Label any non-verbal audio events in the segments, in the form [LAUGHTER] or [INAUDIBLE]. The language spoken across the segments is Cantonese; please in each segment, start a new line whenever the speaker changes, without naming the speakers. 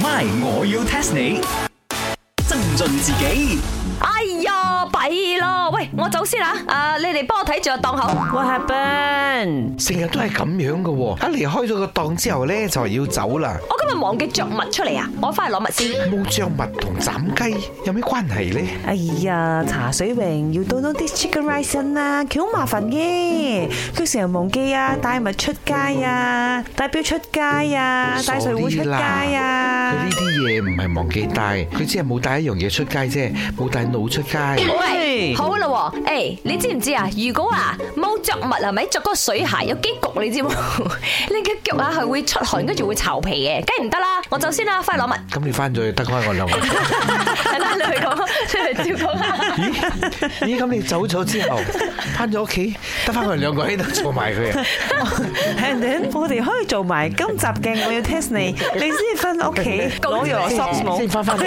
My，我要 test 你。增進自己，
哎呀，弊咯！喂，我走先啦，啊，你哋幫我睇住個檔口。
What happened？
成日都係咁樣嘅喎，一離開咗個檔之後咧，就係要走啦。
我今日忘記着襪出嚟啊，我翻去攞襪先。
冇着物同斬雞有咩關係咧？
哎呀，茶水榮要到多啲 chicken rice 先啦，佢好麻煩嘅，佢成日忘記啊，帶物出街啊，帶錶出街啊，帶水壺出街
佢
啊
呢。啲嘢唔係忘記帶，佢只係冇帶一樣嘢出街啫，冇帶腦出街。
[LAUGHS]
喂，好啦喎，誒，你知唔知啊？如果啊冇着襪係咪着嗰個水鞋有幾焗你知冇？ [LAUGHS] 你嘅腳啊係會出汗，跟住會巢皮嘅，梗係唔得啦！我走先啦，翻去攞襪。 [LAUGHS]
咁你翻咗去得開我兩個。
係啦，你去講， [LAUGHS] 你去照講啦。
咦？咦？咁你走咗之後，翻咗屋企，得翻我哋兩個喺度做埋佢啊！
And then，我哋可以做埋今集嘅我要 test 你，你先翻屋企攞藥 socks 冇
先翻返嚟
[LAUGHS]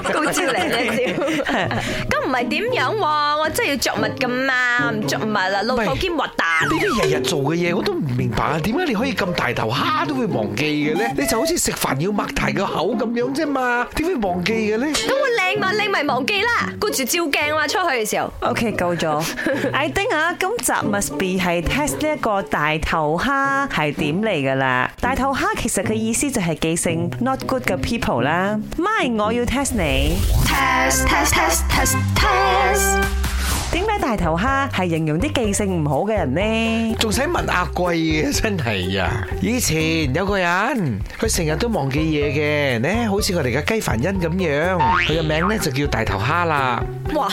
啊
高招嚟啫，招。
[LAUGHS]
咁唔係點樣喎？我真係要着襪噶嘛，唔着襪啦，露
喂
頭兼核
呢
突。
啲日日做嘅嘢我都唔明白啊！點解你可以咁大頭蝦都會忘記嘅咧？你就好似食飯要擘大個口咁樣啫嘛，點會忘記嘅咧？
咁我靚嘛，靚咪忘記啦，顧住照鏡嘛，出去嘅時 [LAUGHS] 候。
OK，
[LAUGHS]
夠咗。I think 啊，今集 must be 係 test 呢一個大頭蝦係點嚟噶啦。大頭蝦其實佢意思就係記性 not good 嘅 people 啦。My，我要 test 你。
test test test test test
點解大頭蝦係形容啲記性唔好嘅人呢？
仲使問阿貴嘅真係啊！以前有個人，佢成日都忘記嘢嘅，咧好似佢哋嘅雞凡恩咁樣，佢嘅名咧就叫大頭蝦啦。
哇！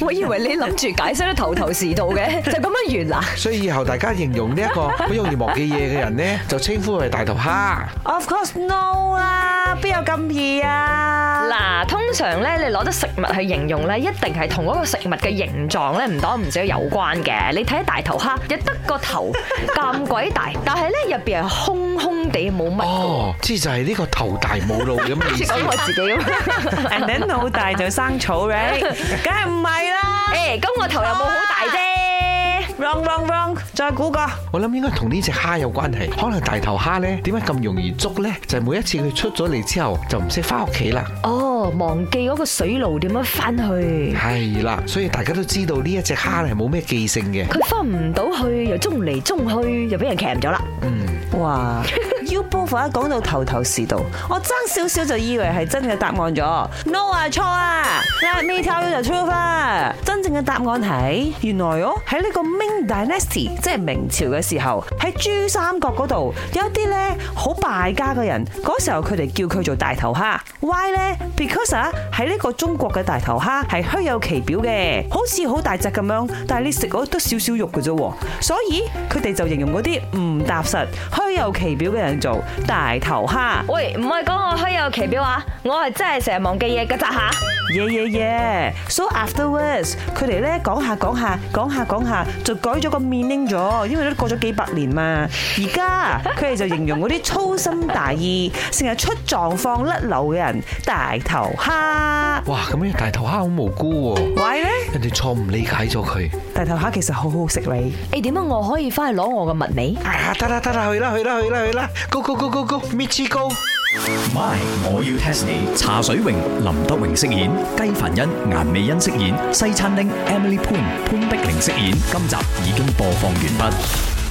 我以為你諗住解釋得頭頭是道嘅，就咁樣完啦。
所以以後大家形容呢一個好容易忘記嘢嘅人咧，就稱呼佢係大頭蝦。
Of course no 啦，邊有咁
[LAUGHS]
易啊？
嗱，通常咧，你攞得食物去形容咧，一定係同嗰個食物嘅形狀咧唔多唔少有關嘅。你睇大頭蝦，又得個頭咁鬼大，但係咧入邊係空空地冇乜，
哦，知就係呢個頭大冇腦咁嘅意
似 [LAUGHS]
思。
講我自己咁。
人哋腦大就生
[LAUGHS]
草 right，梗係唔係啦
誒，咁我頭又冇好大 [LAUGHS] 啫。
？Wrong wrong wrong，再估個。
我諗應該同呢只蝦有關係，可能大頭蝦呢點解咁容易捉呢？就係每一次佢出咗嚟之後就唔識翻屋企啦，
哦，忘記嗰個水路點樣翻去，
係啦，所以大家都知道呢一隻蝦係冇咩記性嘅。
佢翻唔到去，又中嚟中去，又俾人鉗咗啦。
哇！U Bofa 講到頭頭是道，我爭少少就以為係真嘅答案咗。No 啊，錯啊！Let me tell you the truth 啊！真正嘅答案係原來哦，喺呢個 Ming Dynasty，即係明朝嘅時候，喺珠三角嗰度有一啲咧好敗家嘅人，嗰時候佢哋叫佢做大頭蝦。Why 咧？Because 啊，喺呢個中國嘅大頭蝦係虛有其表嘅，好似好大隻咁樣，但係你食嗰都少少肉嘅啫喎，所以佢哋就形容嗰啲唔踏實、虛有其表嘅人做大頭蝦。
喂，唔係講我虛有其表啊，我係真係成日忘記嘢㗎咋吓。
耶耶耶！So afterwards，佢哋咧講下講下講下講下，就改咗個 meaning 咗，因為都過咗幾百年嘛。而家佢哋就形容嗰啲粗心大意、成日出狀況甩漏嘅人大頭蝦。
哇，咁樣大頭蝦好無辜喎，
喂咧，
人哋錯誤理解咗佢。
大頭蝦其實好好食你。
誒點解我可以翻去攞我嘅物尾？
啊，得啦得啦，去啦去啦去啦去啦，Go Go Go Go Go，Mitchy Go！
My，我要 test 你。茶水榮、林德榮飾演，雞凡欣、顏美欣飾演，西餐廳 Emily Poon 潘碧玲飾演。今集已經播放完畢。